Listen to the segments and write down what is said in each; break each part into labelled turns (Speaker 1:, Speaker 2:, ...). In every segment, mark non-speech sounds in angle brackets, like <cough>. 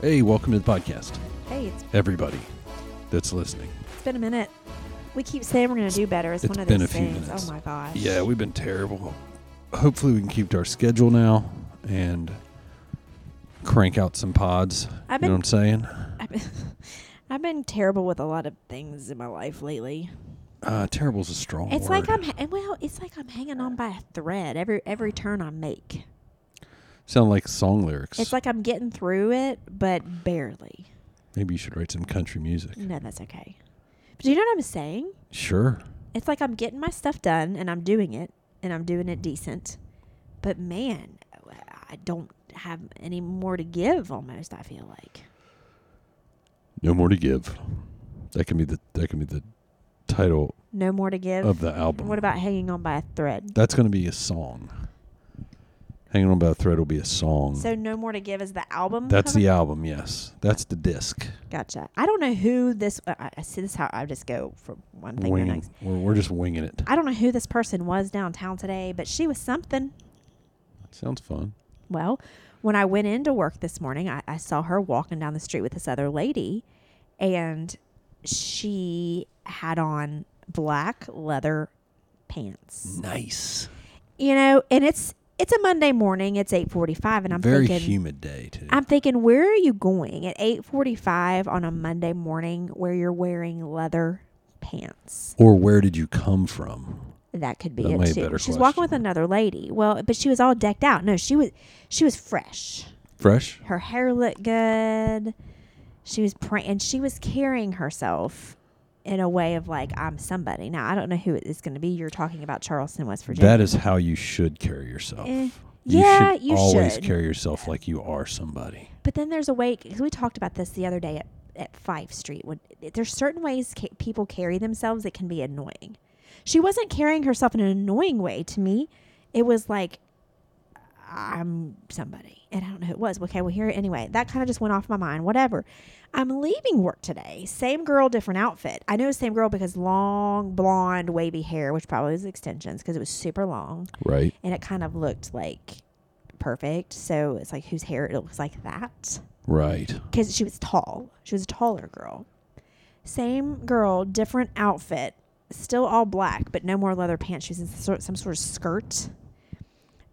Speaker 1: Hey, welcome to the podcast,
Speaker 2: Hey, it's,
Speaker 1: everybody that's listening.
Speaker 2: it's been a minute. We keep saying we're going to do better. It's,
Speaker 1: It's
Speaker 2: one of
Speaker 1: been
Speaker 2: those
Speaker 1: a few
Speaker 2: things.
Speaker 1: minutes.
Speaker 2: Oh my gosh.
Speaker 1: Yeah, we've been terrible. Hopefully, we can keep to our schedule now and crank out some pods.
Speaker 2: I've
Speaker 1: you know
Speaker 2: been-
Speaker 1: what I'm saying?
Speaker 2: I've been, I've been terrible with a lot of things in my life lately.
Speaker 1: Uh, terrible's a strong
Speaker 2: It's
Speaker 1: word.
Speaker 2: like I'm ha- well, it's like I'm hanging on by a thread every every turn I make.
Speaker 1: sound like song lyrics.
Speaker 2: It's like I'm getting through it, but barely.
Speaker 1: Maybe you should write some country music.
Speaker 2: No, that's okay. But do you know what I'm saying?
Speaker 1: Sure.
Speaker 2: It's like I'm getting my stuff done and I'm doing it and I'm doing it decent. But man, I don't have any more to give almost, I feel like.
Speaker 1: No more to give. That can be the that can be the title
Speaker 2: No more to give.
Speaker 1: of the album.
Speaker 2: What about hanging on by a thread?
Speaker 1: That's going to be a song. Hanging on by a thread will be a song.
Speaker 2: So no more to give is the album.
Speaker 1: That's
Speaker 2: cover?
Speaker 1: the album, yes. That's the disc.
Speaker 2: Gotcha. I don't know who this. Uh, I I see this how I just go from one thing to the
Speaker 1: Winging.
Speaker 2: next.
Speaker 1: We're, we're just winging it.
Speaker 2: I don't know who this person was downtown today, but she was something.
Speaker 1: Sounds fun.
Speaker 2: Well, when I went into work this morning, I, I saw her walking down the street with this other lady, and she had on black leather pants.
Speaker 1: Nice.
Speaker 2: You know, and it's it's a Monday morning. It's eight forty five, and I'm
Speaker 1: Very
Speaker 2: thinking,
Speaker 1: humid day too.
Speaker 2: I'm thinking, where are you going at 8:45 on a Monday morning where you're wearing leather pants?
Speaker 1: or where did you come from?
Speaker 2: That could be
Speaker 1: That
Speaker 2: it
Speaker 1: might be
Speaker 2: too.
Speaker 1: a better
Speaker 2: She's walking with
Speaker 1: question.
Speaker 2: another lady. Well, but she was all decked out. No, she was she was fresh.
Speaker 1: Fresh?
Speaker 2: Her hair looked good. She was pra- and she was carrying herself in a way of like I'm somebody. Now I don't know who it is going to be. You're talking about Charleston, West Virginia.
Speaker 1: That is how you should carry yourself.
Speaker 2: Eh, yeah,
Speaker 1: should
Speaker 2: you
Speaker 1: always
Speaker 2: should.
Speaker 1: carry yourself like you are somebody.
Speaker 2: But then there's a way, because we talked about this the other day at, at Five Street. When There's certain ways ca- people carry themselves that can be annoying. She wasn't carrying herself in an annoying way to me. It was like, I'm somebody. And I don't know who it was. Okay, well, here, anyway, that kind of just went off my mind. Whatever. I'm leaving work today. Same girl, different outfit. I know same girl because long, blonde, wavy hair, which probably was extensions because it was super long
Speaker 1: Right.
Speaker 2: and it kind of looked like perfect. So it's like whose hair it looks like that
Speaker 1: Right.
Speaker 2: because she was tall. She was a taller girl. Same girl, different outfit, still all black, but no more leather pants. She was in sor- some sort of skirt,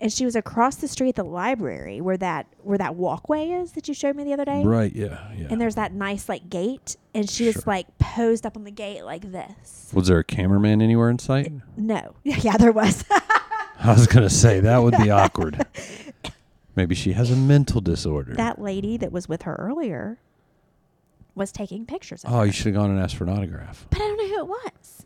Speaker 2: and she was across the street at the library where that where that walkway is that you showed me the other day.
Speaker 1: Right, yeah, yeah.
Speaker 2: And there's that nice like gate, and she
Speaker 1: Sure.
Speaker 2: was like posed up on the gate like this.
Speaker 1: was there a cameraman anywhere in sight?
Speaker 2: No, <laughs> yeah, there was.
Speaker 1: I was going to say that would
Speaker 2: <laughs>
Speaker 1: be awkward. Maybe she has a mental disorder.
Speaker 2: that lady that was with her earlier was taking pictures of
Speaker 1: oh,
Speaker 2: her.
Speaker 1: you should have gone and asked for an autograph.
Speaker 2: But I don't know who it was.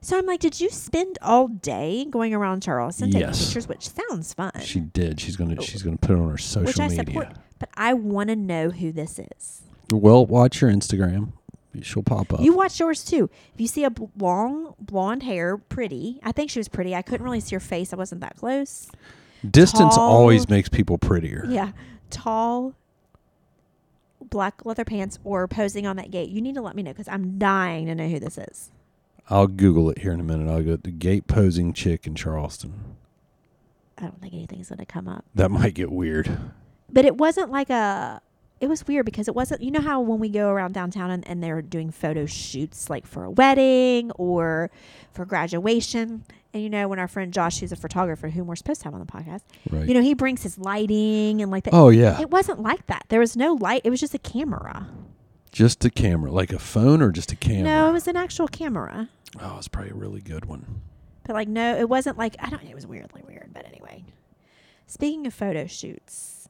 Speaker 2: So I'm like, did you spend all day going around Charleston taking
Speaker 1: Yes.
Speaker 2: pictures? Which sounds fun.
Speaker 1: She did. She's gonna. She's gonna put it on her social
Speaker 2: Oh. which I
Speaker 1: media.
Speaker 2: support. But I want to know who this is.
Speaker 1: Well, watch your Instagram. She'll pop up.
Speaker 2: You watch yours too. If you see a bl- long blonde hair, pretty. I think she was pretty. I couldn't really see her face. I wasn't that close.
Speaker 1: Distance
Speaker 2: tall-
Speaker 1: always makes people prettier.
Speaker 2: Yeah, tall, black leather pants, or posing on that gate. You need to let me know because I'm dying to know who this is.
Speaker 1: I'll Google it here in a minute. I'll go the gate posing chick in Charleston.
Speaker 2: I don't think anything's going to come up.
Speaker 1: That <laughs> might get weird.
Speaker 2: But it wasn't like a. It was weird because it wasn't. You know how when we go around downtown and, and they're doing photo shoots like for a wedding or for graduation. And you know, when our friend Josh, who's a photographer, whom we're supposed to have on the podcast,
Speaker 1: Right.
Speaker 2: you know, he brings his lighting and like that.
Speaker 1: oh yeah.
Speaker 2: It wasn't like that. There was no light. It was just a camera.
Speaker 1: Just a camera, like a phone or just a
Speaker 2: No,
Speaker 1: camera.
Speaker 2: it was an actual camera.
Speaker 1: Oh, it's probably a really good one.
Speaker 2: But like, no, it wasn't like I don't. It was weirdly weird. But anyway, speaking of photo shoots,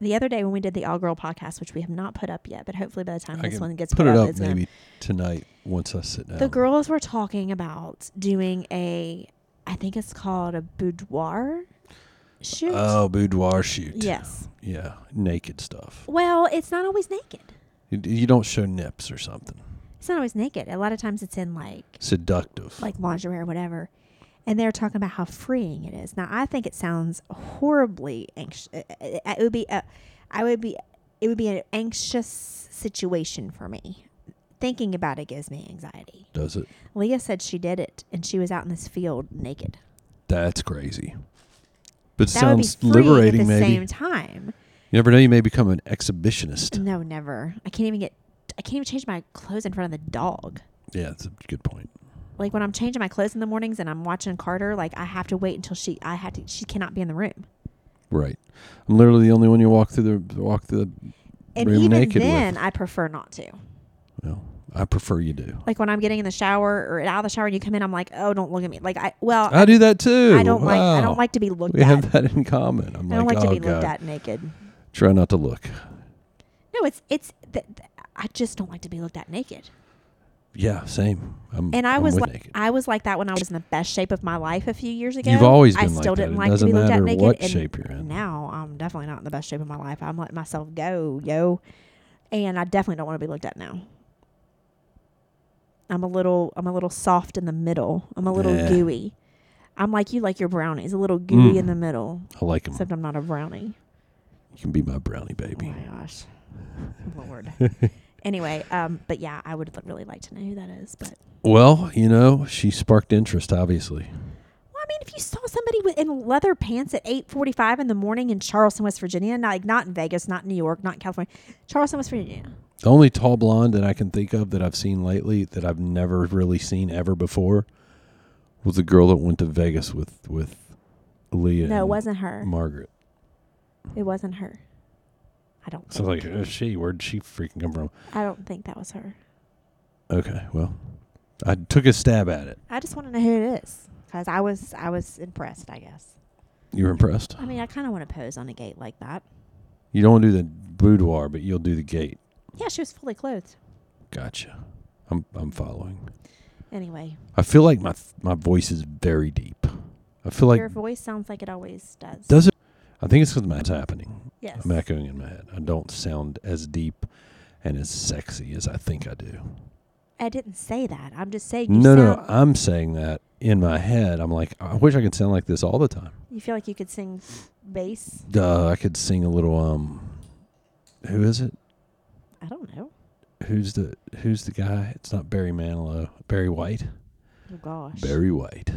Speaker 2: the other day when we did the All Girl podcast, which we have not put up yet, but hopefully by the time
Speaker 1: I
Speaker 2: this
Speaker 1: can
Speaker 2: one gets
Speaker 1: put it up
Speaker 2: it's gonna-
Speaker 1: maybe um, tonight once I sit down.
Speaker 2: the girls were talking about doing a, I think it's called a boudoir shoot.
Speaker 1: Oh, boudoir shoot.
Speaker 2: yes.
Speaker 1: Yeah, naked stuff.
Speaker 2: Well, it's not always naked.
Speaker 1: You, you don't show nips or something.
Speaker 2: It's not always naked. A lot of times it's in like
Speaker 1: Seductive.
Speaker 2: like lingerie or whatever. And they're talking about how freeing it is. Now, I think it sounds horribly anxious. It it would be, a, I would be, it would be an anxious situation for me. Thinking about it gives me anxiety.
Speaker 1: Does it?
Speaker 2: Leah said she did it, and she was out in this field naked.
Speaker 1: That's crazy. But
Speaker 2: That
Speaker 1: sounds
Speaker 2: would be freeing
Speaker 1: liberating,
Speaker 2: at the
Speaker 1: maybe.
Speaker 2: same time.
Speaker 1: You never know. You may become an exhibitionist.
Speaker 2: No, never. I can't even get. I can't even change my clothes in front of the dog.
Speaker 1: Yeah, that's a good point.
Speaker 2: Like when I'm changing my clothes in the mornings and I'm watching Carter, like I have to wait until she. I have to. She cannot be in the room.
Speaker 1: Right. I'm literally the only one you walk through the walk through the
Speaker 2: And
Speaker 1: room
Speaker 2: even
Speaker 1: naked
Speaker 2: then,
Speaker 1: with.
Speaker 2: I prefer not to.
Speaker 1: Well, I prefer you do.
Speaker 2: Like when I'm getting in the shower or out of the shower and you come in, I'm like, oh, don't look at me. Like I. Well,
Speaker 1: I do that too.
Speaker 2: Uh, I don't like.
Speaker 1: Wow.
Speaker 2: I don't like to be looked
Speaker 1: We
Speaker 2: at.
Speaker 1: have that in common. I'm
Speaker 2: I don't like,
Speaker 1: oh
Speaker 2: to be
Speaker 1: god,
Speaker 2: looked at naked.
Speaker 1: try not to look.
Speaker 2: No, it's it's. Th- th- I just don't like to be looked at naked.
Speaker 1: Yeah, same. I'm,
Speaker 2: And I
Speaker 1: I'm
Speaker 2: was
Speaker 1: with
Speaker 2: like,
Speaker 1: naked.
Speaker 2: I was like that when I was in the best shape of my life a few years ago.
Speaker 1: You've always
Speaker 2: I
Speaker 1: been like
Speaker 2: still
Speaker 1: that.
Speaker 2: didn't
Speaker 1: It
Speaker 2: like to
Speaker 1: doesn't
Speaker 2: be looked at
Speaker 1: matter
Speaker 2: naked.
Speaker 1: what
Speaker 2: and
Speaker 1: shape you're in.
Speaker 2: Now I'm definitely not in the best shape of my life. I'm letting myself go, yo, and I definitely don't want to be looked at now. I'm a little, I'm a little soft in the middle. I'm a little
Speaker 1: Yeah.
Speaker 2: gooey. I'm like you, like your brownies, a little gooey
Speaker 1: Mm.
Speaker 2: in the middle.
Speaker 1: I like him.
Speaker 2: Except I'm not a brownie.
Speaker 1: You can be my brownie
Speaker 2: Oh
Speaker 1: baby.
Speaker 2: my
Speaker 1: <laughs>
Speaker 2: gosh, Lord. anyway, um, but yeah, I would really like to know who that is, but.
Speaker 1: Well, you know, she sparked interest, obviously.
Speaker 2: Well, I mean, if you saw somebody with, in leather pants at eight forty-five in the morning in Charleston, West Virginia, not, like not in Vegas, not in New York, not in California, Charleston, West Virginia.
Speaker 1: The only tall blonde that I can think of that I've seen lately that I've never really seen ever before was the girl that went to Vegas with with Leah.
Speaker 2: No, it
Speaker 1: and
Speaker 2: wasn't her.
Speaker 1: Margaret.
Speaker 2: It wasn't her. I don't.
Speaker 1: So
Speaker 2: Think,
Speaker 1: like, "Uh, she? Where'd she freaking come from?
Speaker 2: I don't think that was her.
Speaker 1: Okay, well, I took a stab at it.
Speaker 2: I just want to know who it is because I was I was impressed. I guess.
Speaker 1: You were impressed.
Speaker 2: I mean, I kind of want to pose on a gate like that.
Speaker 1: You don't want to do the boudoir, but you'll do the gate.
Speaker 2: Yeah, she was fully clothed.
Speaker 1: Gotcha. I'm I'm following.
Speaker 2: Anyway,
Speaker 1: I feel like my my voice is very deep. I feel like
Speaker 2: your voice sounds like it always does.
Speaker 1: does it? I think it's because it's happening.
Speaker 2: yes.
Speaker 1: I'm echoing in my head. I don't sound as deep and as sexy as I think I do.
Speaker 2: I didn't say that. I'm just saying. You
Speaker 1: No, no,
Speaker 2: sound,
Speaker 1: I'm saying that in my head. I'm like, I wish I could sound like this all the time.
Speaker 2: You feel like you could sing bass.
Speaker 1: Duh, I could sing a little. Um, who is it?
Speaker 2: I don't know.
Speaker 1: Who's the Who's the guy? It's not Barry Manilow. Barry White.
Speaker 2: Oh gosh.
Speaker 1: Barry White.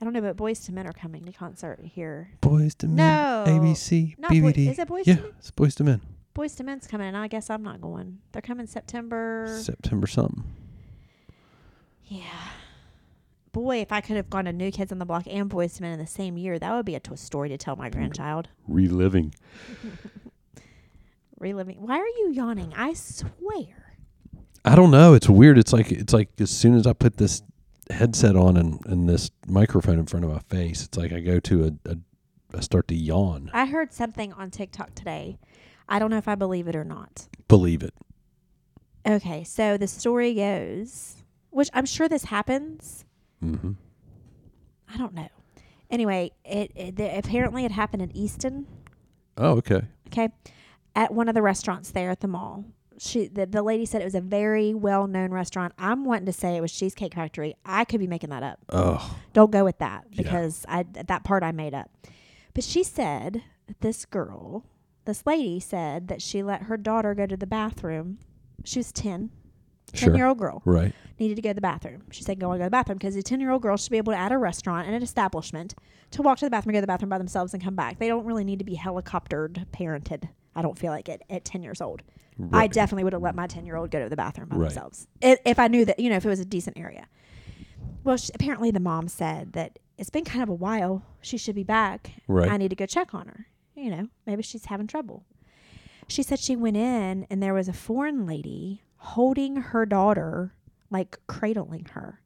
Speaker 2: I don't know, but Boys to Men are coming to concert here.
Speaker 1: Boys to Men.
Speaker 2: No.
Speaker 1: ABC.
Speaker 2: Not Boy-
Speaker 1: BBD.
Speaker 2: is it Boys
Speaker 1: yeah,
Speaker 2: to Men?
Speaker 1: it's Boys to Men.
Speaker 2: Boys to Men's coming, and I guess I'm not going. They're coming September.
Speaker 1: September something.
Speaker 2: yeah. Boy, if I could have gone to New Kids on the Block and Boys to Men in the same year, that would be a t- story to tell my grandchild.
Speaker 1: Reliving.
Speaker 2: Reliving. Why are you yawning? I swear.
Speaker 1: I don't know. It's weird. It's like it's like as soon as I put this headset on and, and this microphone in front of my face, it's like I go to a, a I start to yawn.
Speaker 2: I heard something on TikTok today. I don't know if I believe it or not.
Speaker 1: Believe it.
Speaker 2: Okay, so the story goes, which I'm sure this happens.
Speaker 1: Mm-hmm.
Speaker 2: I don't know. Anyway, it, it the, apparently it happened in Easton.
Speaker 1: Oh, okay.
Speaker 2: okay at one of the restaurants there at the mall she the, the lady said it was a very well-known restaurant i'm wanting to say it was cheesecake factory i could be making that up
Speaker 1: Oh,
Speaker 2: don't go with that
Speaker 1: Yeah.
Speaker 2: because I that part i made up but she said that this girl this lady said that she let her daughter go to the bathroom she was 10 10 year
Speaker 1: sure.
Speaker 2: old girl
Speaker 1: Right.
Speaker 2: needed to go to the bathroom she said go and go to the bathroom because a 10 year old girl should be able to at a restaurant and an establishment to walk to the bathroom go to the bathroom by themselves and come back they don't really need to be helicoptered parented i don't feel like it at 10 years old I
Speaker 1: Right.
Speaker 2: definitely would have let my 10 year old go to the bathroom by
Speaker 1: Right.
Speaker 2: themselves if, if I knew that, you know, if it was a decent area. Well, she, apparently the mom said that it's been kind of a while. She should be back.
Speaker 1: Right.
Speaker 2: I need to go check on her. You know, maybe she's having trouble. She said she went in and there was a foreign lady holding her daughter, like cradling her.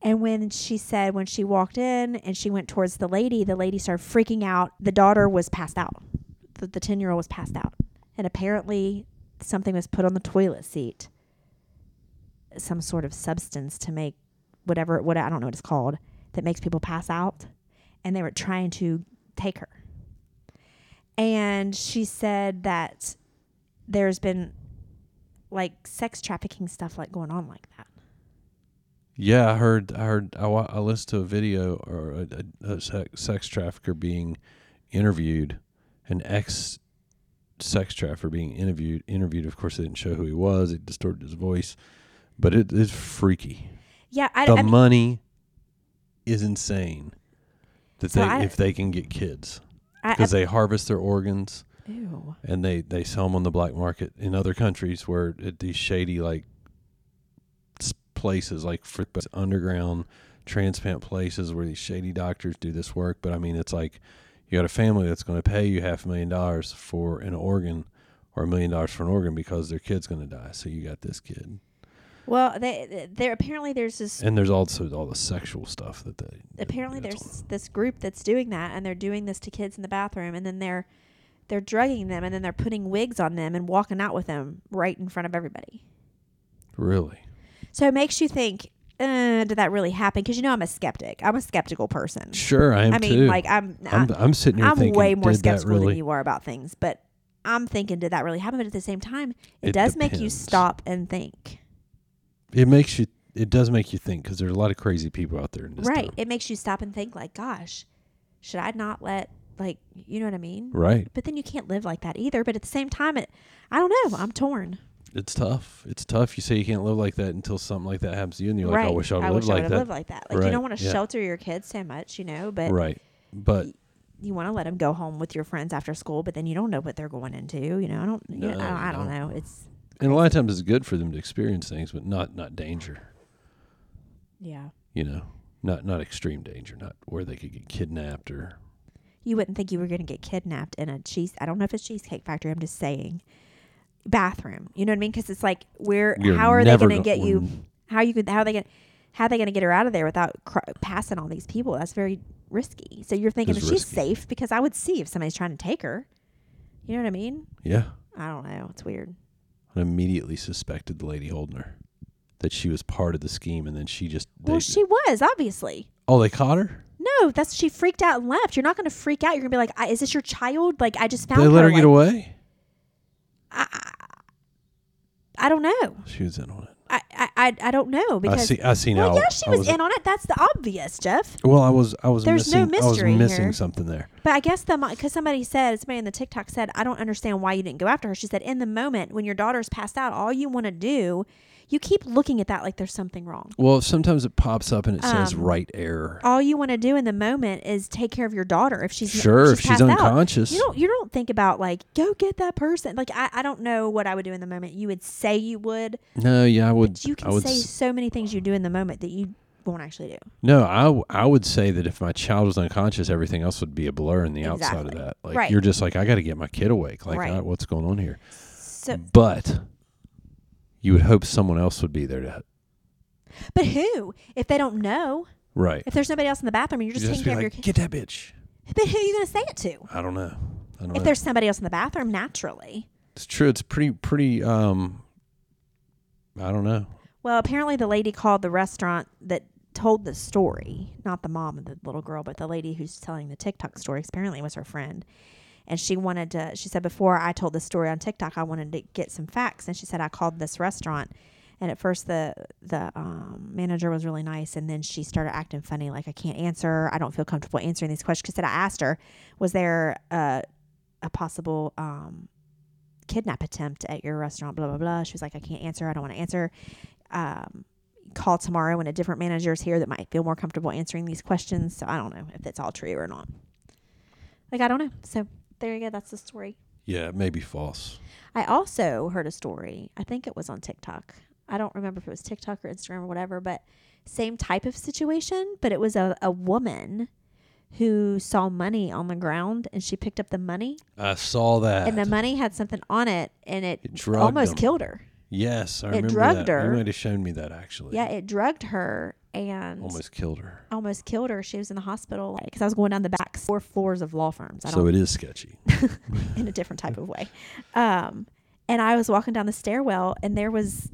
Speaker 2: And when she said, when she walked in and she went towards the lady, the lady started freaking out. The daughter was passed out. The- The 10 year old was passed out. And apparently, something was put on the toilet seat some sort of substance to make whatever, what I don't know what it's called, that makes people pass out. And they were trying to take her. And she said that there's been like sex trafficking stuff like going on like that.
Speaker 1: Yeah, I heard. I heard. I, wa- I listened to a video or a, a, a sex, sex trafficker being interviewed, an ex sex trafficker being interviewed. Interviewed. Of course, they didn't show who he was. It distorted his voice, but it is freaky.
Speaker 2: Yeah, I,
Speaker 1: the
Speaker 2: I mean,
Speaker 1: money is insane. That
Speaker 2: So
Speaker 1: they
Speaker 2: I-
Speaker 1: if they can get kids
Speaker 2: I- I-
Speaker 1: because they harvest their organs
Speaker 2: Ew.
Speaker 1: and they they sell them on the black market in other countries where at these shady like s- places like for but underground transplant places where these shady doctors do this work but i mean it's like you got a family that's going to pay you half a million dollars for an organ or a million dollars for an organ because their kid's going to die so you got this kid
Speaker 2: Well, they there apparently there's this
Speaker 1: and there's also all the sexual stuff that they that
Speaker 2: apparently
Speaker 1: that's
Speaker 2: there's this group that's doing that and they're doing this to kids in the bathroom and then they're they're drugging them and then they're putting wigs on them and walking out with them right in front of everybody.
Speaker 1: on. really
Speaker 2: So it makes you think, uh, did that really happen? Because you know I'm a skeptic. I'm a skeptical person.
Speaker 1: sure i am
Speaker 2: I mean,
Speaker 1: too
Speaker 2: like I'm
Speaker 1: I'm, I'm sitting here
Speaker 2: I'm
Speaker 1: thinking
Speaker 2: way more
Speaker 1: did that
Speaker 2: skeptical
Speaker 1: really
Speaker 2: than you are about things, but I'm thinking, did that really happen? But at the same time, it,
Speaker 1: It
Speaker 2: does make you
Speaker 1: depends.
Speaker 2: stop and think.
Speaker 1: it makes you it does make you think because there's a lot of crazy people out there in this
Speaker 2: right.
Speaker 1: time.
Speaker 2: It makes you stop and think, like, gosh, should I not let, like, you know what I mean?
Speaker 1: right
Speaker 2: But then you can't live like that either. But at the same time, it, I don't know. I'm torn.
Speaker 1: it's tough it's tough you say you can't live like that until something like that happens to you and you're
Speaker 2: right.
Speaker 1: like i wish i would lived like
Speaker 2: would've
Speaker 1: that
Speaker 2: lived like that. Like, you
Speaker 1: Right,
Speaker 2: don't want to
Speaker 1: yeah.
Speaker 2: shelter your kids so much, you know, but
Speaker 1: right but
Speaker 2: you want to let them go home with your friends after school, but then you don't know what they're going into. You know, I don't, you
Speaker 1: No,
Speaker 2: know, I, don't- I
Speaker 1: you
Speaker 2: don't
Speaker 1: don't.
Speaker 2: know. It's,
Speaker 1: and a lot of times it's good for them to experience things but not not danger
Speaker 2: yeah.
Speaker 1: you know not not extreme danger not where they could get kidnapped or
Speaker 2: you wouldn't think you were going to get kidnapped in a cheese. I don't know if it's Cheesecake Factory. I'm just saying, bathroom. You know what I mean? Because it's like, where?
Speaker 1: You're
Speaker 2: How are they
Speaker 1: never
Speaker 2: going to
Speaker 1: go-
Speaker 2: get you? How you could? How are they going? to How are they going to get her out of there without cr- passing all these people? That's very risky. So you're thinking,
Speaker 1: It's
Speaker 2: "Is she's
Speaker 1: risky.
Speaker 2: safe because I would see if somebody's trying to take her. You know what I mean?
Speaker 1: yeah
Speaker 2: I don't know. It's weird.
Speaker 1: i immediately suspected the lady holding her that she was part of the scheme and then she just
Speaker 2: well,
Speaker 1: they-
Speaker 2: she was obviously.
Speaker 1: oh they caught her
Speaker 2: No, that's she freaked out and left. You're not going to freak out. You're going to be like, I, "Is this your child? Like, I just found
Speaker 1: they let her
Speaker 2: like,
Speaker 1: get away
Speaker 2: I don't know.
Speaker 1: she was in on it
Speaker 2: I, I, I- I don't know because
Speaker 1: i see i see now
Speaker 2: Well, yeah, she
Speaker 1: I
Speaker 2: was, in on it. That's the obvious, Jeff.
Speaker 1: Well, I was I was
Speaker 2: There's no
Speaker 1: missing I was
Speaker 2: mystery
Speaker 1: missing
Speaker 2: here.
Speaker 1: something there.
Speaker 2: But I guess the because somebody said somebody in the TikTok said, I don't understand why you didn't go after her. She said, in the moment when your daughter's passed out, all you want to do, you keep looking at that like there's something wrong.
Speaker 1: Well, sometimes it pops up and it says
Speaker 2: Um,
Speaker 1: right error.
Speaker 2: All you want to do in the moment is take care of your daughter. If she's
Speaker 1: Sure, if she's
Speaker 2: passed out.
Speaker 1: unconscious.
Speaker 2: you don't you don't think about like go get that person. Like I, I don't know what I would do in the moment. You would say you would.
Speaker 1: No, yeah, I would.
Speaker 2: You
Speaker 1: I
Speaker 2: can
Speaker 1: would
Speaker 2: say
Speaker 1: s-
Speaker 2: so many things you do in the moment that you won't actually do.
Speaker 1: no. I w- I would say that if my child was unconscious, everything else would be a blur in the outside of
Speaker 2: Exactly.
Speaker 1: that. Like
Speaker 2: Right.
Speaker 1: you're just like I got to get my kid awake. Like
Speaker 2: Right.
Speaker 1: I, what's going on here?
Speaker 2: So,
Speaker 1: Mm. But you would hope someone else would be there to
Speaker 2: but who if they don't know?
Speaker 1: right.
Speaker 2: If there's nobody else in the bathroom and you're
Speaker 1: You
Speaker 2: just
Speaker 1: just be
Speaker 2: taking care of your
Speaker 1: like,
Speaker 2: kid,
Speaker 1: get that bitch.
Speaker 2: but <laughs> who are you going to say it to?
Speaker 1: I don't know. I don't know.
Speaker 2: If there's somebody else in the bathroom, naturally.
Speaker 1: it's true. It's pretty pretty. Um, I don't know.
Speaker 2: Well, apparently the lady called the restaurant that told the story, not the mom of the little girl, but the lady who's telling the TikTok story. 'cause Apparently, it was her friend, and she wanted to. She said before I told the story on TikTok, I wanted to get some facts, and she said I called this restaurant. And at first, the the um, manager was really nice, and then she started acting funny, like I can't answer, I don't feel comfortable answering these questions. Because I asked her, was there a, a possible um, kidnap attempt at your restaurant? Blah blah blah. She was like, I can't answer, I don't want to answer um, call tomorrow and a different manager is here that might feel more comfortable answering these questions. So I don't know if that's all true or not. Like, I don't know. So there you go. That's the story.
Speaker 1: Yeah, it may be false.
Speaker 2: I also heard a story. I think it was on TikTok. I don't remember if it was TikTok or Instagram or whatever, but same type of situation. But it was a, a woman who saw money on the ground and she picked up the money
Speaker 1: I saw that.
Speaker 2: and the money had something on it and it,
Speaker 1: Uh-huh. It drugged
Speaker 2: almost
Speaker 1: them.
Speaker 2: killed her.
Speaker 1: Yes, I
Speaker 2: It
Speaker 1: remember
Speaker 2: drugged
Speaker 1: that.
Speaker 2: her.
Speaker 1: You might have shown me that actually.
Speaker 2: Yeah, it drugged her and
Speaker 1: almost killed her.
Speaker 2: almost killed her. She was in the hospital because I was going down the back four floors of law firms. I
Speaker 1: So
Speaker 2: don't
Speaker 1: it is
Speaker 2: <laughs>
Speaker 1: sketchy.
Speaker 2: in a
Speaker 1: <laughs>
Speaker 2: different type of way. Um, and I was walking down the stairwell, and there was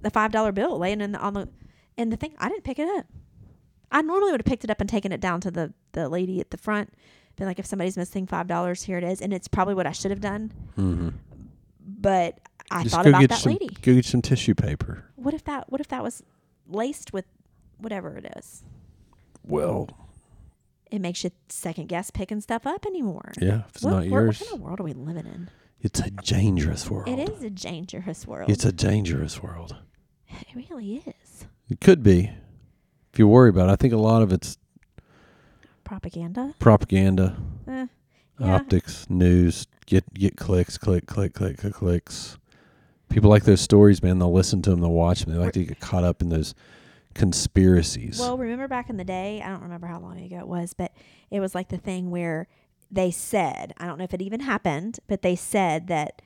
Speaker 2: the five dollar bill laying in the on the in the thing. I didn't pick it up. I normally would have picked it up and taken it down to the the lady at the front. Been like, if somebody's missing five dollars, here it is, and it's probably what I should have done.
Speaker 1: mm-hmm.
Speaker 2: But I
Speaker 1: Just
Speaker 2: thought
Speaker 1: go
Speaker 2: about
Speaker 1: get
Speaker 2: that
Speaker 1: some,
Speaker 2: lady.
Speaker 1: Go get some tissue paper.
Speaker 2: What if that? What if that was laced with whatever it is?
Speaker 1: Well,
Speaker 2: It makes you second guess picking stuff up anymore.
Speaker 1: yeah, if it's
Speaker 2: what,
Speaker 1: not
Speaker 2: what-
Speaker 1: yours,
Speaker 2: What kind of world are we living in?
Speaker 1: it's a dangerous world.
Speaker 2: It is a dangerous world.
Speaker 1: It's a dangerous world.
Speaker 2: it really is.
Speaker 1: It could be, if you worry about. it. I think a lot of it's
Speaker 2: Propaganda.
Speaker 1: propaganda.
Speaker 2: Eh, Yeah.
Speaker 1: Optics, news, get get clicks, click, click, click, click, clicks. People like those stories, man. They'll listen to them, they'll watch them. They like to get caught up in those conspiracies.
Speaker 2: Well, remember back in the day, I don't remember how long ago it was, but it was like the thing where they said, I don't know if it even happened, but they said that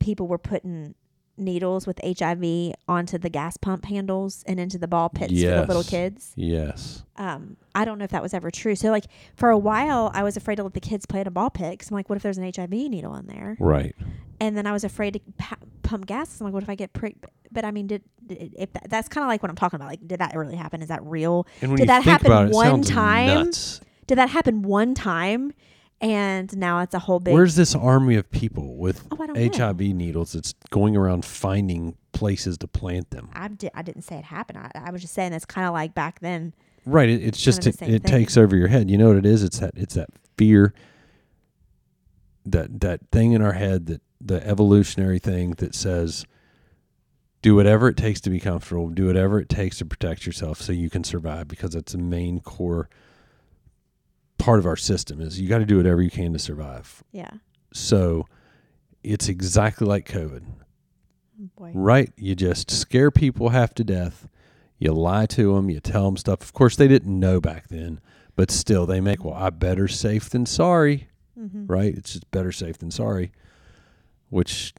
Speaker 2: people were putting needles with HIV onto the gas pump handles and into the ball pits for the little
Speaker 1: Yes.
Speaker 2: kids.
Speaker 1: yes.
Speaker 2: Um, I don't know if that was ever true. So, like, for a while, I was afraid to let the kids play in a ball pit 'cause I'm like, what if there's an HIV needle in there?
Speaker 1: Right.
Speaker 2: and then I was afraid to pa- pump gas. I'm like, what if I get pricked? But, but I mean, did, did if that, that's kind of like what I'm talking about? Like, did that really happen? Is that real?
Speaker 1: And when
Speaker 2: Did
Speaker 1: you
Speaker 2: that
Speaker 1: think
Speaker 2: happen
Speaker 1: about it, it
Speaker 2: one
Speaker 1: sounds
Speaker 2: time?
Speaker 1: nuts.
Speaker 2: Did that happen one time? And now it's a whole big.
Speaker 1: Where's this army of people with
Speaker 2: Oh, I don't know.
Speaker 1: HIV needles that's going around finding places to plant them?
Speaker 2: I did. I didn't say it happened. I, I was just saying it's kind of like back then.
Speaker 1: Right. It, it's just
Speaker 2: the
Speaker 1: it,
Speaker 2: same
Speaker 1: it
Speaker 2: thing.
Speaker 1: takes over your head. You know what it is? It's that it's that fear. That that thing in our head that the evolutionary thing that says, do whatever it takes to be comfortable. Do whatever it takes to protect yourself so you can survive because that's the main core part of our system is you got to do whatever you can to survive.
Speaker 2: Yeah.
Speaker 1: So it's exactly like COVID.
Speaker 2: Oh, Boy.
Speaker 1: Right. You just scare people half to death. You lie to them. You tell them stuff. Of course, they didn't know back then, but still, they make, well, I better safe than sorry.
Speaker 2: Mm-hmm.
Speaker 1: Right. It's just better safe than sorry, which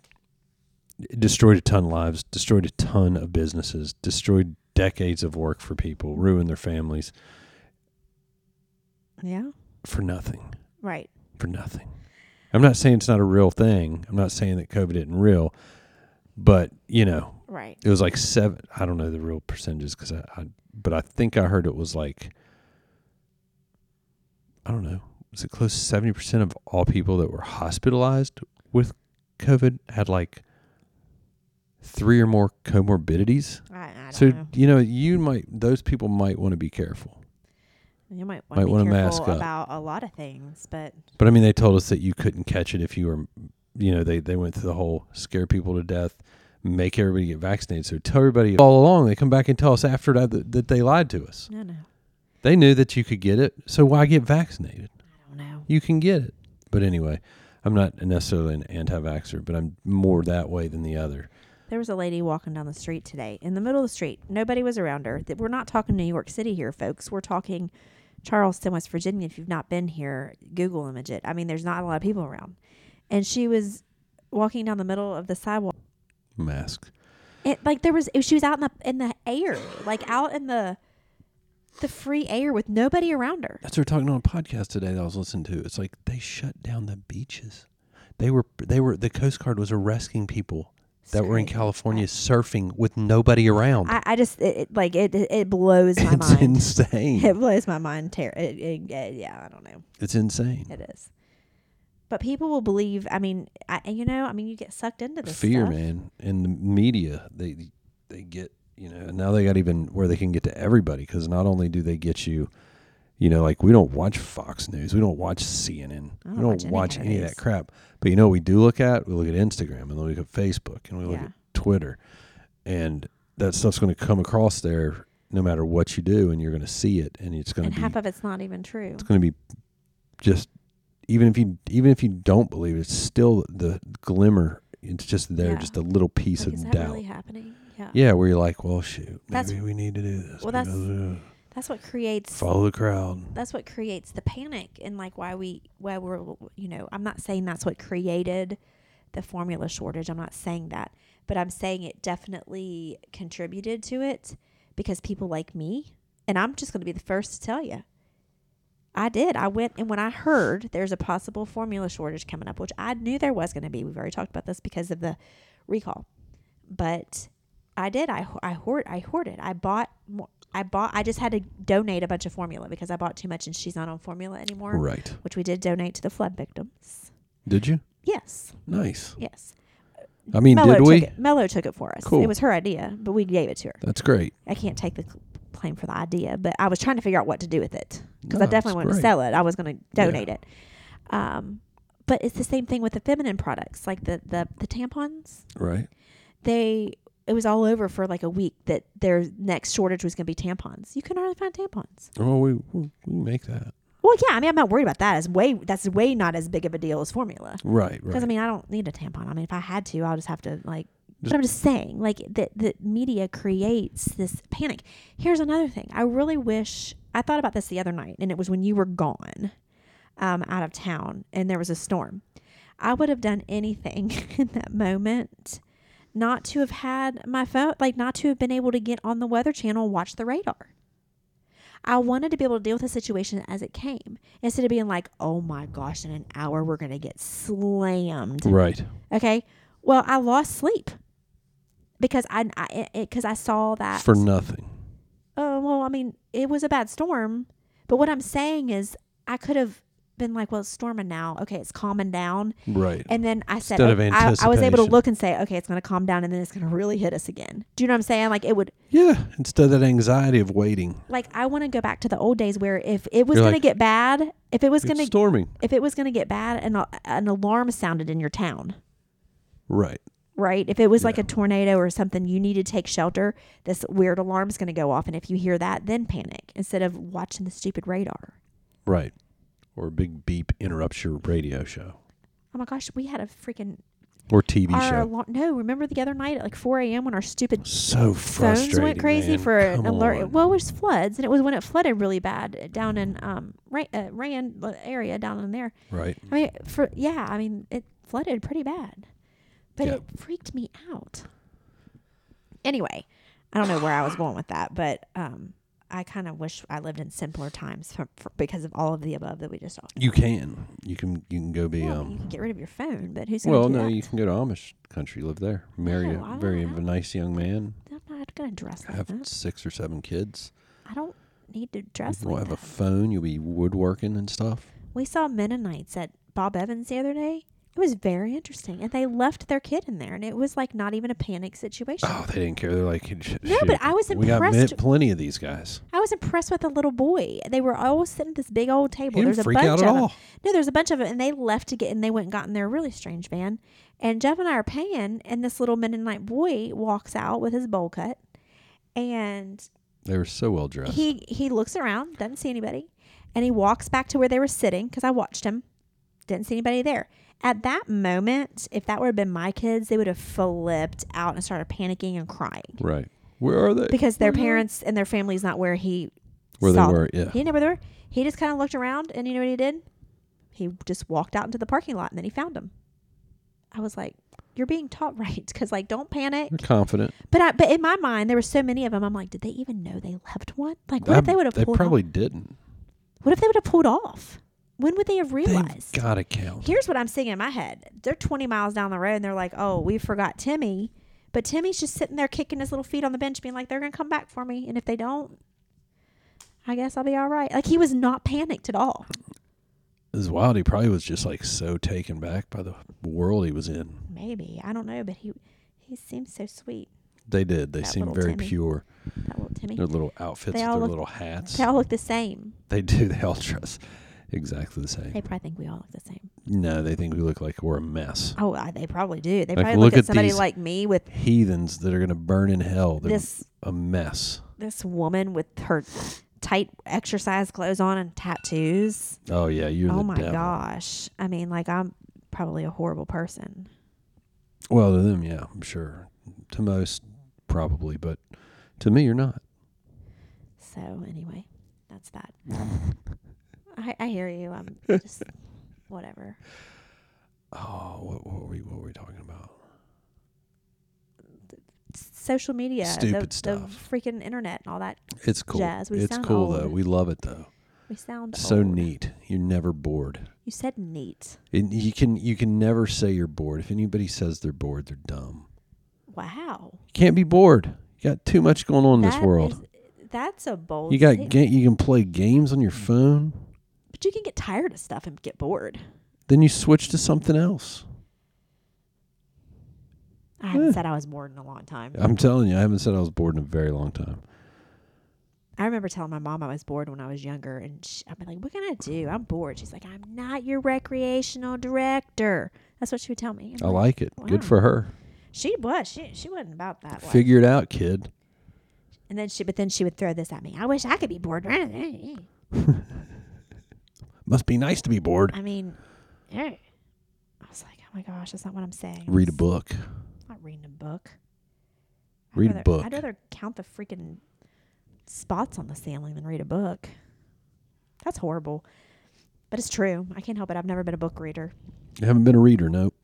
Speaker 1: destroyed a ton of lives, destroyed a ton of businesses, destroyed decades of work for people, ruined their families
Speaker 2: Yeah.
Speaker 1: for nothing.
Speaker 2: Right.
Speaker 1: for nothing. I'm not saying it's not a real thing. I'm not saying that COVID isn't real, but you know,
Speaker 2: Right.
Speaker 1: it was like seven. I don't know the real percentages because I, I, but I think I heard it was like, I don't know, was it close to seventy percent of all people that were hospitalized with COVID had like three or more comorbidities.
Speaker 2: I, I don't
Speaker 1: So
Speaker 2: know.
Speaker 1: you know, you might those people might want to be careful.
Speaker 2: You might
Speaker 1: might
Speaker 2: want to
Speaker 1: wanna
Speaker 2: be
Speaker 1: mask
Speaker 2: careful
Speaker 1: up.
Speaker 2: about a lot of things, but
Speaker 1: But I mean, they told us that you couldn't catch it if you were, you know, they, they went through the whole scare people to death, make everybody get vaccinated. So tell everybody all along, they come back and tell us after that that, that they lied to us.
Speaker 2: no, no,
Speaker 1: They knew that you could get it. So why get vaccinated?
Speaker 2: I don't know.
Speaker 1: You can get it. But anyway, I'm not necessarily an anti vaxxer, but I'm more that way than the other.
Speaker 2: There was a lady walking down the street today in the middle of the street. Nobody was around her. Th- We're not talking New York City here, folks. We're talking Charleston, West Virginia. If you've not been here, Google image it. I mean, there's not a lot of people around. And she was walking down the middle of the sidewalk.
Speaker 1: Mask.
Speaker 2: It, like there was, she was out in the in the air, like out in the the free air with nobody around her.
Speaker 1: That's what we're talking on a podcast today that I was listening to. It's like they shut down the beaches. They were, they were, the Coast Guard was arresting people that were in
Speaker 2: Sorry.
Speaker 1: California surfing with nobody around.
Speaker 2: I, I just it, it- like it it blows
Speaker 1: <laughs>
Speaker 2: my
Speaker 1: it's
Speaker 2: mind.
Speaker 1: insane.
Speaker 2: It blows my mind. Ter- it, it, it, yeah, I don't know.
Speaker 1: It's insane.
Speaker 2: It is. But people will believe. I mean, I, and you know, I mean, you get sucked into this
Speaker 1: Fear,
Speaker 2: stuff.
Speaker 1: man, and the media they they get you know and now they got even where they can get to everybody because not only do they get you, you know, like we don't watch Fox News, we don't watch CNN,
Speaker 2: I don't
Speaker 1: we don't watch,
Speaker 2: watch any of
Speaker 1: any of
Speaker 2: these.
Speaker 1: that crap. But you know, what we do look at we look at Instagram and we look at Facebook and we look
Speaker 2: Yeah.
Speaker 1: at Twitter, and that stuff's going to come across there no matter what you do, and you're going to see it, and it's going
Speaker 2: And
Speaker 1: to be
Speaker 2: half of it's not even true.
Speaker 1: it's going to be just even if you even if you don't believe it, it's still the glimmer. It's just there,
Speaker 2: Yeah.
Speaker 1: just a little piece
Speaker 2: Like, is
Speaker 1: of
Speaker 2: that
Speaker 1: doubt.
Speaker 2: really happening? Yeah.
Speaker 1: yeah, where you're like, well, shoot,
Speaker 2: That's-
Speaker 1: maybe we need to do this.
Speaker 2: well,
Speaker 1: because, uh,
Speaker 2: That's what creates.
Speaker 1: follow the crowd.
Speaker 2: That's what creates the panic and like why we why we're you know I'm not saying that's what created the formula shortage. I'm not saying that, but I'm saying it definitely contributed to it because people like me, and I'm just going to be the first to tell you. I did. I went and when I heard there's a possible formula shortage coming up, which I knew there was going to be. We've already talked about this because of the recall, but I did. I ho- I hoard I hoarded. I bought more. I bought. I just had to donate a bunch of formula because I bought too much, and she's not on formula anymore.
Speaker 1: Right?
Speaker 2: Which we did donate to the flood victims.
Speaker 1: Did you?
Speaker 2: Yes,
Speaker 1: Nice.
Speaker 2: yes.
Speaker 1: I mean,
Speaker 2: Mello
Speaker 1: did
Speaker 2: took
Speaker 1: we?
Speaker 2: It. Mello took it for us.
Speaker 1: Cool.
Speaker 2: It was her idea, but we gave it to her.
Speaker 1: That's great.
Speaker 2: I can't take the cl- claim for the idea, but I was trying to figure out what to do with it because
Speaker 1: No,
Speaker 2: I
Speaker 1: it's
Speaker 2: definitely wanted
Speaker 1: great.
Speaker 2: to sell it. I was going to
Speaker 1: Yeah.
Speaker 2: donate it. Um, but it's the same thing with the feminine products, like the the, the tampons.
Speaker 1: Right?
Speaker 2: They it was all over for like a week that their next shortage was going to be tampons. You can hardly find tampons.
Speaker 1: Well, we we we make that.
Speaker 2: Well, yeah, I mean, I'm not worried about that. It's way that's way not as big of a deal as formula.
Speaker 1: Right,
Speaker 2: Because
Speaker 1: right.
Speaker 2: I mean, I don't need a tampon. I mean, if I had to, I'll just have to like. but I'm just saying, like the the media creates this panic. Here's another thing. I really wish I thought about this the other night, and it was when you were gone, um, out of town, and there was a storm. I would have done anything <laughs> in that moment, not to have had my phone, like not to have been able to get on the Weather Channel and watch the radar. I wanted to be able to deal with the situation as it came instead of being like, oh my gosh, in an hour we're going to get slammed.
Speaker 1: right.
Speaker 2: Okay. Well, I lost sleep because I, I, it, cause I saw that.
Speaker 1: For nothing.
Speaker 2: oh, well, I mean, it was a bad storm. But what I'm saying is, I could have been like, well, it's storming now. Okay. It's calming down.
Speaker 1: Right.
Speaker 2: And then I said,
Speaker 1: Instead of
Speaker 2: oh, I, I was able to
Speaker 1: anticipation.
Speaker 2: look and say, okay, it's going to calm down and then it's going to really hit us again. Do you know what I'm saying? Like, it would,
Speaker 1: yeah. Instead of that anxiety of waiting.
Speaker 2: like, I want to go back to the old days where if it was
Speaker 1: You're
Speaker 2: going
Speaker 1: like,
Speaker 2: to get bad, if it was
Speaker 1: It's
Speaker 2: going to
Speaker 1: storming.
Speaker 2: if it was going to get bad and an alarm sounded in your town
Speaker 1: Right.
Speaker 2: right if it was like
Speaker 1: Yeah.
Speaker 2: a tornado or something you need to take shelter this weird alarm's going to go off and if you hear that then panic instead of watching the stupid radar
Speaker 1: Right. Or a big beep interrupts your radio show
Speaker 2: oh my gosh we had a freaking
Speaker 1: or TV
Speaker 2: our
Speaker 1: show.
Speaker 2: alarm no remember the other night at like 4 a.m when our stupid
Speaker 1: So frustrating.
Speaker 2: phones went crazy
Speaker 1: man.
Speaker 2: for an
Speaker 1: Come
Speaker 2: alert
Speaker 1: on.
Speaker 2: well it was floods and it was when it flooded really bad down in um Ra- uh, rand area down in there
Speaker 1: right.
Speaker 2: i mean for yeah i mean it flooded pretty bad but
Speaker 1: Yeah.
Speaker 2: it freaked me out anyway i don't know where i was going with that but um i kind of wish i lived in simpler times for, for, because of all of the above that we just talked
Speaker 1: You can. You can. You can go be.
Speaker 2: well, you
Speaker 1: um.
Speaker 2: can get rid of your phone but who's gonna
Speaker 1: Well,
Speaker 2: do
Speaker 1: no,
Speaker 2: that?
Speaker 1: you can go to Amish country, live there, marry
Speaker 2: No, I
Speaker 1: a
Speaker 2: don't
Speaker 1: very
Speaker 2: know. Uh-huh.
Speaker 1: nice young man,
Speaker 2: i'm not gonna dress like
Speaker 1: have
Speaker 2: that
Speaker 1: six or seven kids.
Speaker 2: i don't need to dress
Speaker 1: You'll
Speaker 2: like
Speaker 1: have
Speaker 2: that
Speaker 1: a phone. You'll be woodworking and stuff.
Speaker 2: we saw mennonites at bob evans the other day it was very interesting and they left their kid in there and it was like not even a panic situation
Speaker 1: Oh, they didn't care. They're like,
Speaker 2: No, but I was
Speaker 1: We got mi-
Speaker 2: impressed-
Speaker 1: plenty of these guys.
Speaker 2: I was impressed with the little boy. They were all sitting at this big old table.
Speaker 1: He didn't
Speaker 2: there's a
Speaker 1: freak
Speaker 2: bunch
Speaker 1: out
Speaker 2: of
Speaker 1: at
Speaker 2: 'em.
Speaker 1: all.
Speaker 2: No, there's a bunch of them, and they left to get, and they went and got in their really strange van. And Jeff and I are paying, and this little Mennonite boy walks out with his bowl cut, and
Speaker 1: They were so well dressed.
Speaker 2: he he looks around, doesn't see anybody, and he walks back to where they were sitting because I watched him, didn't see anybody there. At that moment, if that would have been my kids, they would have flipped out and started panicking and crying
Speaker 1: right. Where are they?
Speaker 2: because their parents and their family's not where he
Speaker 1: Where they
Speaker 2: saw them.
Speaker 1: were. Mm-hmm. Yeah.
Speaker 2: He didn't know where they were. He just kind of looked around, and you know what he did? He just walked out into the parking lot, and then he found them. I was like, "You're being taught <laughs> right, because like, don't panic."
Speaker 1: They're confident.
Speaker 2: But I, but in my mind, there were so many of them. I'm like, did they even know they left one? Like, what if
Speaker 1: I-
Speaker 2: they would have
Speaker 1: They
Speaker 2: pulled?
Speaker 1: probably
Speaker 2: Off?
Speaker 1: didn't.
Speaker 2: What if they would have pulled off? When would they have
Speaker 1: They've
Speaker 2: realized?
Speaker 1: got to count.
Speaker 2: Here's what I'm seeing in my head: They're 20 miles down the road, and they're like, "Oh, we forgot Timmy." But Timmy's just sitting there kicking his little feet on the bench, being like, "They're gonna come back for me, and if they don't, I guess I'll be all right." Like he was not panicked at all.
Speaker 1: It was wild. He probably was just like so taken back by the world he was in.
Speaker 2: Maybe I don't know, but he he seems so sweet.
Speaker 1: They did. They
Speaker 2: That
Speaker 1: seemed
Speaker 2: little
Speaker 1: very
Speaker 2: Timmy.
Speaker 1: pure.
Speaker 2: That little Timmy.
Speaker 1: Their little outfits,
Speaker 2: They
Speaker 1: with
Speaker 2: all
Speaker 1: their
Speaker 2: look-
Speaker 1: little hats.
Speaker 2: They all look the same.
Speaker 1: They do. <laughs> They all dress exactly the same.
Speaker 2: They probably think we all look the same.
Speaker 1: No, they think we look like we're a mess.
Speaker 2: Oh, I, they probably do. They
Speaker 1: Like,
Speaker 2: probably
Speaker 1: look
Speaker 2: look, at,
Speaker 1: at
Speaker 2: somebody
Speaker 1: these-
Speaker 2: like me with
Speaker 1: Heathens that are going to burn in hell. They're
Speaker 2: this
Speaker 1: a mess.
Speaker 2: this woman with her tight exercise clothes on and tattoos.
Speaker 1: Oh yeah, you're
Speaker 2: Oh
Speaker 1: the
Speaker 2: my
Speaker 1: devil.
Speaker 2: gosh! I mean, like I'm probably a horrible person.
Speaker 1: Well, to them, yeah, I'm sure. To most, probably, but to me, you're not.
Speaker 2: So anyway, that's
Speaker 1: <laughs>
Speaker 2: that. I, I hear you. I'm just whatever.
Speaker 1: Oh, what, what were we? What were we talking about?
Speaker 2: Social media, the-
Speaker 1: Stupid
Speaker 2: the,
Speaker 1: stuff.
Speaker 2: freaking internet, and all that.
Speaker 1: It's cool.
Speaker 2: Jazz, we
Speaker 1: it's
Speaker 2: sound
Speaker 1: cool though.
Speaker 2: old.
Speaker 1: We love it though.
Speaker 2: We sound
Speaker 1: So
Speaker 2: old.
Speaker 1: neat. You're never bored.
Speaker 2: You said neat.
Speaker 1: And you can you can never say you're bored. If anybody says they're bored, they're dumb.
Speaker 2: Wow.
Speaker 1: You can't be bored. You got too much going on in this
Speaker 2: That
Speaker 1: world.
Speaker 2: is- that's a bold.
Speaker 1: you got
Speaker 2: statement.
Speaker 1: ga- you can play games on your
Speaker 2: Mm.
Speaker 1: phone.
Speaker 2: but you can get tired of stuff and get bored.
Speaker 1: Then you switch to something else.
Speaker 2: I haven't
Speaker 1: Yeah.
Speaker 2: said I was bored in a long time.
Speaker 1: I'm telling you, I haven't said I was bored in a very long time.
Speaker 2: I remember telling my mom I was bored when I was younger, and she, I'd be like, "What can I do? I'm bored." She's like, "I'm not your recreational director." That's what she would tell me.
Speaker 1: I like it. Good
Speaker 2: Wow.
Speaker 1: for her.
Speaker 2: She was. She she wasn't about that. life.
Speaker 1: Figure it out, kid.
Speaker 2: <laughs> And then she, but then she would throw this at me. I wish I could be bored.
Speaker 1: Must be nice to be bored.
Speaker 2: I mean, eh. I was like, oh my gosh, that's not what I'm saying.
Speaker 1: Read a book.
Speaker 2: I'm not reading a book. I'd
Speaker 1: Read a
Speaker 2: rather-
Speaker 1: book.
Speaker 2: I'd rather count the freaking spots on the ceiling than read a book. That's horrible. But it's true. I can't help it. I've never been a book reader.
Speaker 1: You haven't been a reader, nope.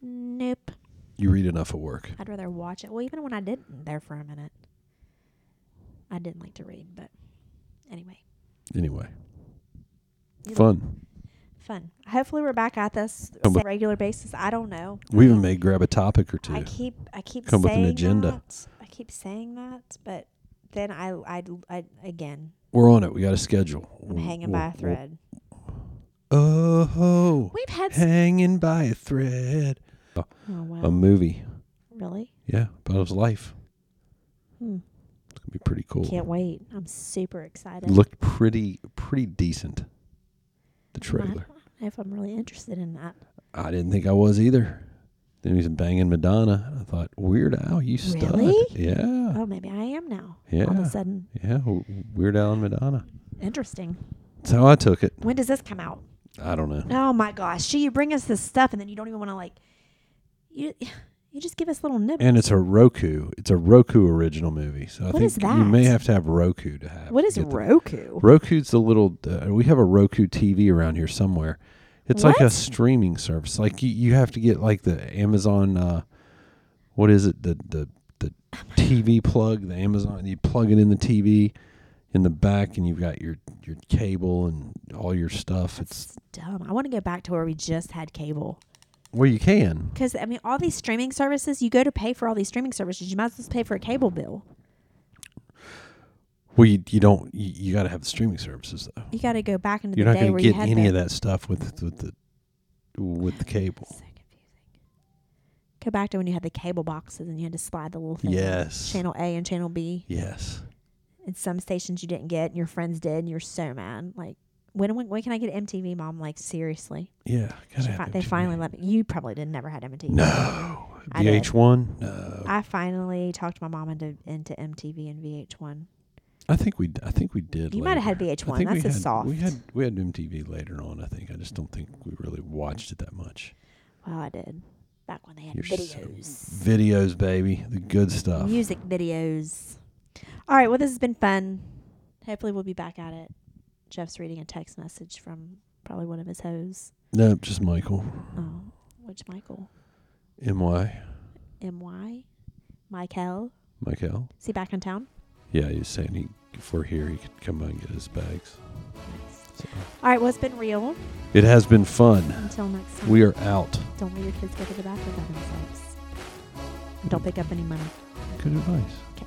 Speaker 2: Nope.
Speaker 1: You read enough at work.
Speaker 2: I'd rather watch it. Well, even when I didn't there for a minute, I didn't like to read, but anyway,
Speaker 1: Anyway.
Speaker 2: You like-
Speaker 1: Fun.
Speaker 2: fun. Hopefully, we're back at this
Speaker 1: Come
Speaker 2: on a
Speaker 1: with-
Speaker 2: regular basis. I don't know.
Speaker 1: We even may grab a topic or two.
Speaker 2: I keep I keep
Speaker 1: Come with an
Speaker 2: saying
Speaker 1: agenda.
Speaker 2: That. I keep saying that, but then I I, I again
Speaker 1: We're on it. We got a schedule.
Speaker 2: I'm
Speaker 1: We'll-
Speaker 2: hanging
Speaker 1: we'll-
Speaker 2: by a thread.
Speaker 1: we'll- oh,
Speaker 2: We've had s-
Speaker 1: hanging by a thread.
Speaker 2: oh wow
Speaker 1: A movie.
Speaker 2: really
Speaker 1: Yeah, about his life.
Speaker 2: Hmm.
Speaker 1: It's gonna be pretty cool.
Speaker 2: can't wait. I'm super excited.
Speaker 1: Looked pretty, pretty decent. The
Speaker 2: I don't
Speaker 1: trailer.
Speaker 2: know if I'm really interested in that.
Speaker 1: I didn't think I was either. Then he was banging Madonna. I thought, Weird Al, you stud.
Speaker 2: Really?
Speaker 1: Yeah,
Speaker 2: Oh, maybe I am now. All of
Speaker 1: Uh. Yeah.
Speaker 2: a sudden,
Speaker 1: yeah. W- Weird Al and Madonna.
Speaker 2: interesting.
Speaker 1: That's how I took it.
Speaker 2: When does this come out?
Speaker 1: I don't know.
Speaker 2: Oh my gosh, she you bring us this stuff and then you don't even want to like you you just give us little nibbles.
Speaker 1: And it's a Roku. It's a Roku original movie. So I
Speaker 2: What
Speaker 1: think
Speaker 2: is that?
Speaker 1: you may have to have Roku to have.
Speaker 2: What is
Speaker 1: get the-
Speaker 2: Roku?
Speaker 1: Roku's the little. Uh, we have a Roku TV around here somewhere. It's like a
Speaker 2: What?
Speaker 1: streaming service. Like you, you have to get like the Amazon. Uh, what is it? The the the TV plug. The Amazon. You plug it in the TV in the back, and you've got your your cable and all your stuff. It's
Speaker 2: That's dumb. I want to go back to where we just had cable
Speaker 1: well, you can.
Speaker 2: because I mean all these streaming services you go to pay for all these streaming services you might as well pay for a cable bill.
Speaker 1: Well, you, you don't. You, you got to have the streaming services though.
Speaker 2: You got to go back into
Speaker 1: You're
Speaker 2: the
Speaker 1: not
Speaker 2: day
Speaker 1: going
Speaker 2: where
Speaker 1: to
Speaker 2: you
Speaker 1: get
Speaker 2: had
Speaker 1: any
Speaker 2: that.
Speaker 1: of that stuff with with the with the cable.
Speaker 2: So confusing. Go back to when you had the cable boxes and you had to slide the little thing. in.
Speaker 1: Yes.
Speaker 2: Channel A and Channel B.
Speaker 1: Yes.
Speaker 2: and some stations you didn't get and your friends did and you're so mad like when when, when can i get mtv mom like seriously
Speaker 1: Yeah. Gotta
Speaker 2: She
Speaker 1: have
Speaker 2: fi- they
Speaker 1: MTV.
Speaker 2: finally let me you probably did never had mtv
Speaker 1: No.
Speaker 2: I did.
Speaker 1: VH1? No. I,
Speaker 2: i finally talked my mom into into mtv and vh1
Speaker 1: think we I think we did.
Speaker 2: you might have had
Speaker 1: later. I
Speaker 2: vh1
Speaker 1: think
Speaker 2: that's
Speaker 1: we
Speaker 2: a
Speaker 1: had,
Speaker 2: soft
Speaker 1: We had we had MTV later on. I think I just don't think we really watched it that much.
Speaker 2: well i did back when they had
Speaker 1: You're so-
Speaker 2: videos
Speaker 1: Videos, baby, the good stuff.
Speaker 2: music videos all right well this has been fun hopefully we'll be back at it jeff's reading a text message from probably one of his hoes
Speaker 1: No, just Michael.
Speaker 2: oh which michael
Speaker 1: My
Speaker 2: my michael
Speaker 1: Michael.
Speaker 2: is he back in town
Speaker 1: Yeah, he's saying he if we're here, he could come by and get his bags. So,
Speaker 2: All right, well, it's been real.
Speaker 1: it has been fun.
Speaker 2: Until next time,
Speaker 1: We are out.
Speaker 2: don't let your kids go to the bathroom by themselves. And don't pick up any money.
Speaker 1: Good advice.
Speaker 2: Okay.